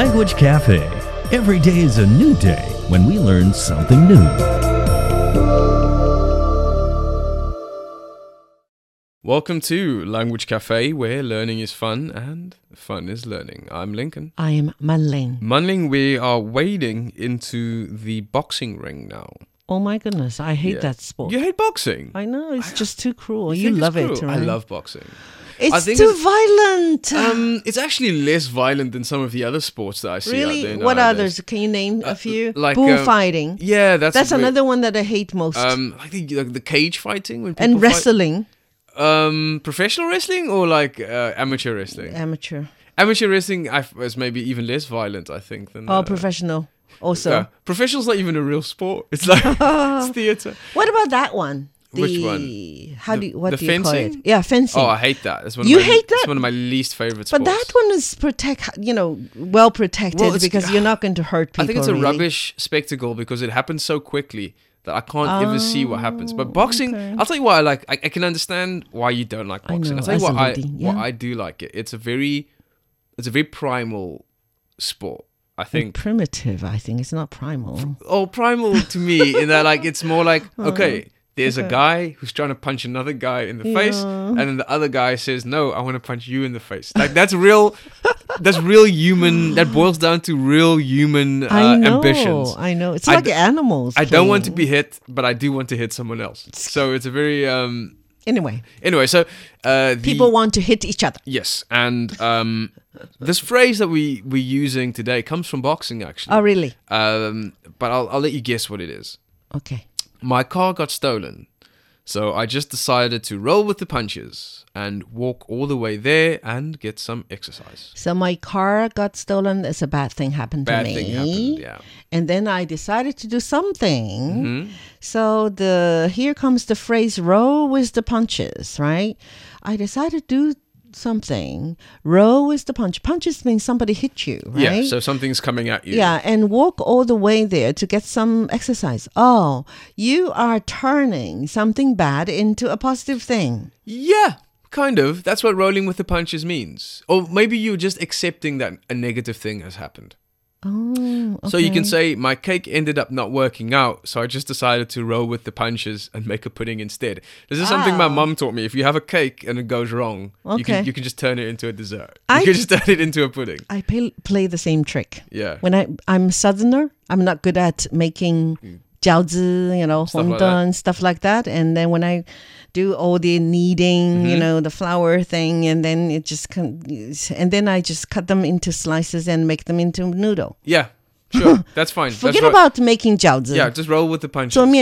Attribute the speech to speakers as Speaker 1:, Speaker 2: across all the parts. Speaker 1: Language Cafe. Every day is a new day when we learn something new.
Speaker 2: Welcome to Language Cafe, where learning is fun and fun is learning. I'm Lincoln.
Speaker 3: I am Manling.
Speaker 2: Manling, we are wading into the boxing ring now.
Speaker 3: Oh my goodness, I hate
Speaker 2: Yeah.
Speaker 3: that sport.
Speaker 2: You hate boxing?
Speaker 3: I know it's just too cruel.
Speaker 2: You
Speaker 3: You,
Speaker 2: think it's
Speaker 3: love it.
Speaker 2: cruel? I
Speaker 3: right?
Speaker 2: love boxing.
Speaker 3: It's
Speaker 2: I think
Speaker 3: too
Speaker 2: it's-
Speaker 3: violent.
Speaker 2: Um, it's actually less violent than some of the other sports that I see. out
Speaker 3: really?
Speaker 2: there
Speaker 3: What
Speaker 2: nowadays.
Speaker 3: others? Can you name
Speaker 2: Uh,
Speaker 3: a few?
Speaker 2: like, uh,
Speaker 3: Bullfighting.
Speaker 2: Yeah, that's
Speaker 3: That's
Speaker 2: a bit-
Speaker 3: another one that I hate most.
Speaker 2: Um, I think like the cage fighting when people
Speaker 3: and
Speaker 2: fight-
Speaker 3: wrestling,
Speaker 2: um, professional wrestling or like uh, amateur wrestling.
Speaker 3: amateur
Speaker 2: Amateur wrestling I f is maybe even less violent, I think, than
Speaker 3: or
Speaker 2: uh,
Speaker 3: Oh, professional. Also,
Speaker 2: Yeah. Professional's not even a real sport. It's like it's theater.
Speaker 3: what about that one? The,
Speaker 2: Which
Speaker 3: How do you, what
Speaker 2: the
Speaker 3: do you call
Speaker 2: fencing?
Speaker 3: it? Yeah, fencing.
Speaker 2: Oh, I hate that. That's one
Speaker 3: You
Speaker 2: of my,
Speaker 3: hate
Speaker 2: It's
Speaker 3: that?
Speaker 2: one of my least favorite sports.
Speaker 3: but that one is protect, you know, well protected
Speaker 2: Well, it's-
Speaker 3: because you're not going to hurt people.
Speaker 2: I think it's a
Speaker 3: really.
Speaker 2: rubbish spectacle because it happens so quickly that I can't ever see what happens.
Speaker 3: Oh,
Speaker 2: But boxing, I'll tell you why I like. I, I can understand why you don't like
Speaker 3: I
Speaker 2: boxing.
Speaker 3: know,
Speaker 2: I'll tell you
Speaker 3: as
Speaker 2: what
Speaker 3: a
Speaker 2: I
Speaker 3: lady,
Speaker 2: what
Speaker 3: yeah.
Speaker 2: I do like it. It's a very, it's a very primal sport. I think
Speaker 3: primitive. I think it's not primal.
Speaker 2: oh primal to me in that like it's more like
Speaker 3: Oh.
Speaker 2: okay there's a guy who's trying to punch another guy in the face and then the other guy says no i want to punch you in the face like that's real that's real human that boils down to real human uh,
Speaker 3: I know.
Speaker 2: ambitions
Speaker 3: I know. It's
Speaker 2: I
Speaker 3: like
Speaker 2: d-
Speaker 3: animals.
Speaker 2: i don't want to
Speaker 3: playing.
Speaker 2: be hit but i do want to hit someone else so it's a very um
Speaker 3: Anyway,
Speaker 2: anyway so uh the,
Speaker 3: people want to hit each other.
Speaker 2: yes and um this phrase that we we're using today comes from boxing actually
Speaker 3: Oh, really?
Speaker 2: um but I'll, I'll let you guess what it is
Speaker 3: Okay.
Speaker 2: My car got stolen, so I just decided to roll with the punches and walk all the way there and get some exercise.
Speaker 3: So my car got stolen. It's a bad thing happened
Speaker 2: Bad
Speaker 3: to me.
Speaker 2: thing happened, yeah.
Speaker 3: And then I decided to do something.
Speaker 2: Mm-hmm.
Speaker 3: So the here comes the phrase "roll with the punches," right? I decided to do something. Roll with the punch. Punches means somebody hit you,
Speaker 2: Yeah,
Speaker 3: right?
Speaker 2: so something's coming at you.
Speaker 3: Yeah, and walk all the way there to get some exercise. Oh, you are turning something bad into a positive thing.
Speaker 2: Yeah, kind of. That's what rolling with the punches means. Or maybe you're just accepting that a negative thing has happened.
Speaker 3: Oh,
Speaker 2: So you can say, My cake ended up not working out, so I just decided to roll with the punches and make a pudding instead. This is something my
Speaker 3: Wow.
Speaker 2: mum taught me. If you have a cake and it goes wrong, you,
Speaker 3: Okay.
Speaker 2: can, you can just turn it into a dessert.
Speaker 3: I-
Speaker 2: you can just turn it into a pudding.
Speaker 3: I play, play the same trick.
Speaker 2: Yeah.
Speaker 3: When I I'm southerner, I'm not good at making jiaozi, you know,
Speaker 2: Mm. Stuff like that.
Speaker 3: hongdong, stuff like that. And then when I do all the kneading,
Speaker 2: Mm-hmm.
Speaker 3: you know, the flour thing, and then it just con- and then I just cut them into slices and make them into noodle.
Speaker 2: Yeah, sure. That's fine. that's
Speaker 3: Forget
Speaker 2: right.
Speaker 3: about making jiaozi.
Speaker 2: Yeah, just roll with the punches.
Speaker 3: So right?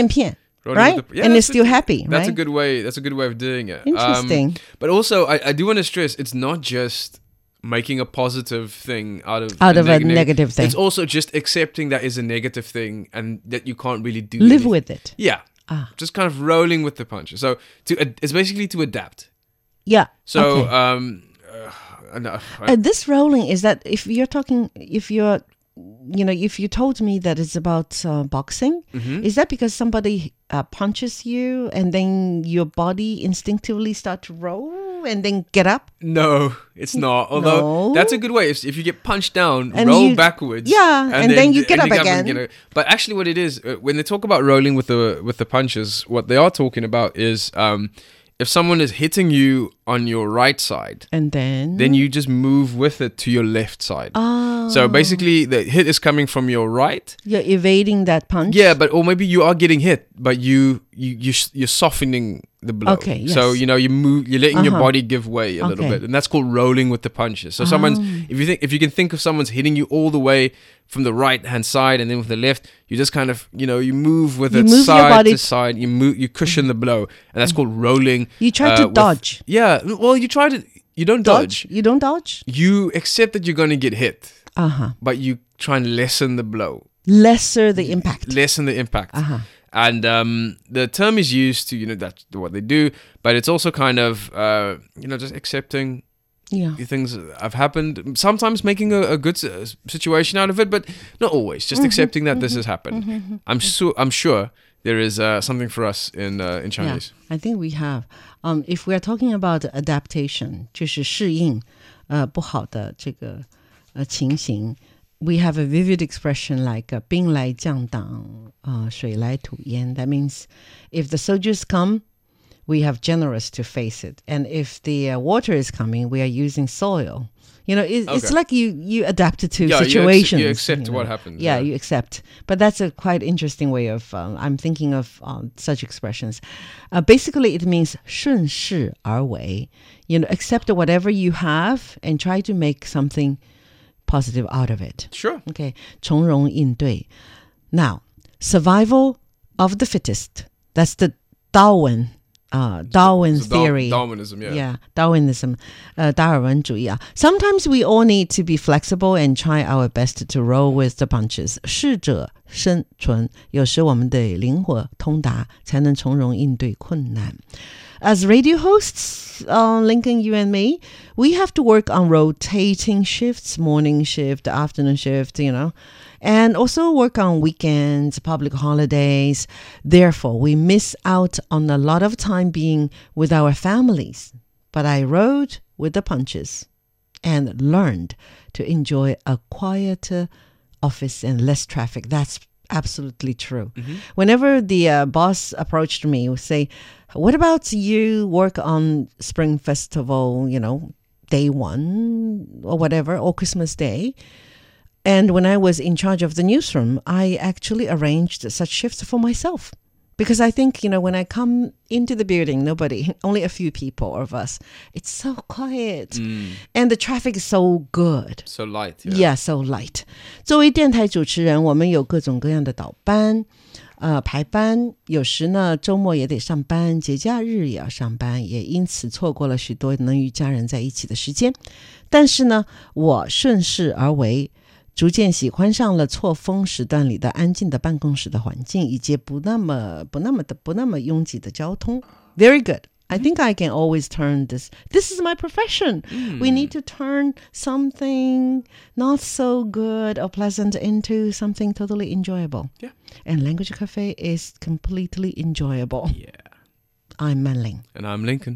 Speaker 2: Roll with the- Yeah,
Speaker 3: and
Speaker 2: that's
Speaker 3: it's still
Speaker 2: a-
Speaker 3: happy, right?
Speaker 2: That's a good way. That's a good way of doing it. Um,
Speaker 3: Interesting.
Speaker 2: but also, I, I do want to stress it's not just making a positive thing out of
Speaker 3: Out of a
Speaker 2: neg- neg-
Speaker 3: negative thing.
Speaker 2: It's also just accepting that is a negative thing and that you can't really do.
Speaker 3: Live
Speaker 2: anything.
Speaker 3: with Ah. it.
Speaker 2: Yeah. Just kind of rolling with the punches. So to ad- it's basically to adapt.
Speaker 3: Yeah.
Speaker 2: So
Speaker 3: okay.
Speaker 2: um, uh, no, I-
Speaker 3: Uh, this rolling is that if you're talking, if you're, you know, if you told me that it's about uh, boxing,
Speaker 2: Mm-hmm.
Speaker 3: is that because somebody uh, punches you and then your body instinctively start to roll and then get up?
Speaker 2: no, it's not. Although
Speaker 3: No.
Speaker 2: that's a good way. If, if you get punched down,
Speaker 3: And
Speaker 2: roll
Speaker 3: you-
Speaker 2: backwards.
Speaker 3: Yeah, and then you get up
Speaker 2: and
Speaker 3: again.
Speaker 2: get up. but actually, what it is uh, when they talk about rolling with the with the punches, what they are talking about is um, if someone is hitting you on your right side,
Speaker 3: And then,
Speaker 2: then you just move with it to your left side.
Speaker 3: Mm-hmm. oh,
Speaker 2: So basically, the hit is coming from your right.
Speaker 3: you're evading that punch.
Speaker 2: Yeah, but or maybe you are getting hit, but you you you s- you're softening the blow.
Speaker 3: Okay,
Speaker 2: So
Speaker 3: yes.
Speaker 2: you know you move, you're letting your
Speaker 3: Uh-huh.
Speaker 2: body give way a little
Speaker 3: Okay. Ah.
Speaker 2: bit, and that's called rolling with the punches. So someone's if you think if you can think of someone's hitting you all the way from the right hand side and then with the left, you just kind of you know you move with
Speaker 3: You
Speaker 2: it
Speaker 3: move your
Speaker 2: side
Speaker 3: body-
Speaker 2: to side, you move you cushion the blow, and that's called rolling. uh,
Speaker 3: You try to
Speaker 2: with-
Speaker 3: dodge.
Speaker 2: yeah, well you try to you don't
Speaker 3: Dodge?
Speaker 2: dodge.
Speaker 3: You don't dodge?
Speaker 2: You accept that you're going to get hit,
Speaker 3: Uh huh.
Speaker 2: but you try and lessen the blow
Speaker 3: Lesser the impact.
Speaker 2: lessen the impact.
Speaker 3: Uh-huh.
Speaker 2: And um, the term is used to, you know, that's what they do, but it's also kind of, uh, you know, just accepting
Speaker 3: yeah.
Speaker 2: the things that have happened, sometimes making a, a good s- uh, situation out of it, but not always, just accepting that this has happened. I'm, su- I'm sure there is uh, something for us in, uh, in
Speaker 3: Yeah,
Speaker 2: Chinese.
Speaker 3: I think we have. Um, if we are talking about adaptation, 就是适应，呃，不好的这个呃情形。 we have a vivid expression like uh, 兵来将挡, uh, 水来土掩. That means if the soldiers come, we have generous to face it. And if the uh, water is coming, we are using soil. You know, it, it's
Speaker 2: Okay.
Speaker 3: like you, you adapted to
Speaker 2: Yeah, you ac- you
Speaker 3: situations.
Speaker 2: accept
Speaker 3: know.
Speaker 2: what happens,
Speaker 3: Yeah,
Speaker 2: yeah.
Speaker 3: you accept. But that's a quite interesting way of, um, I'm thinking of um, such expressions. Uh, basically, it means 顺势而为. You know, accept whatever you have and try to make something positive out of it.
Speaker 2: Sure.
Speaker 3: Okay, 从容应对. Now, survival of the fittest. That's the Darwin, uh, Darwin's
Speaker 2: Dar-
Speaker 3: theory.
Speaker 2: Darwinism, yeah.
Speaker 3: Darwinism, uh, 达尔文主义啊. Sometimes we all need to be flexible and try our best to roll with the punches. 适者生存，有时我们的灵活通达才能从容应对困难. As radio hosts, uh, Lincoln, you and me, we have to work on rotating shifts, morning shift, afternoon shift, you know, and also work on weekends, public holidays. Therefore, we miss out on a lot of time being with our families. But I rode with the punches and learned to enjoy a quieter office and less traffic. That's absolutely true. Whenever the uh, boss approached me, would say, "What about you work on Spring Festival? You know, day one or whatever, or Christmas Day?" And when I was in charge of the newsroom, I actually arranged such shifts for myself. Because I think, you know, when I come into the building, nobody, only a few people of us, it's so quiet. And the traffic is so good.
Speaker 2: So light. Yeah.
Speaker 3: Yeah, so light. 作为电台主持人，我们有各种各样的倒班，呃，排班，有时呢周末也得上班，节假日也要上班，也因此错过了许多能与家人在一起的时间。但是呢，我顺势而为。逐渐喜欢上了错峰时段里的安静的办公室的环境，以及不那么不那么的不那么拥挤的交通。Very good. I think I can always turn this. This is my profession. We need to turn something not so good or pleasant into something totally enjoyable.
Speaker 2: Yeah.
Speaker 3: And Language Cafe is completely enjoyable.
Speaker 2: Yeah.
Speaker 3: I'm Manling.
Speaker 2: And I'm Lincoln.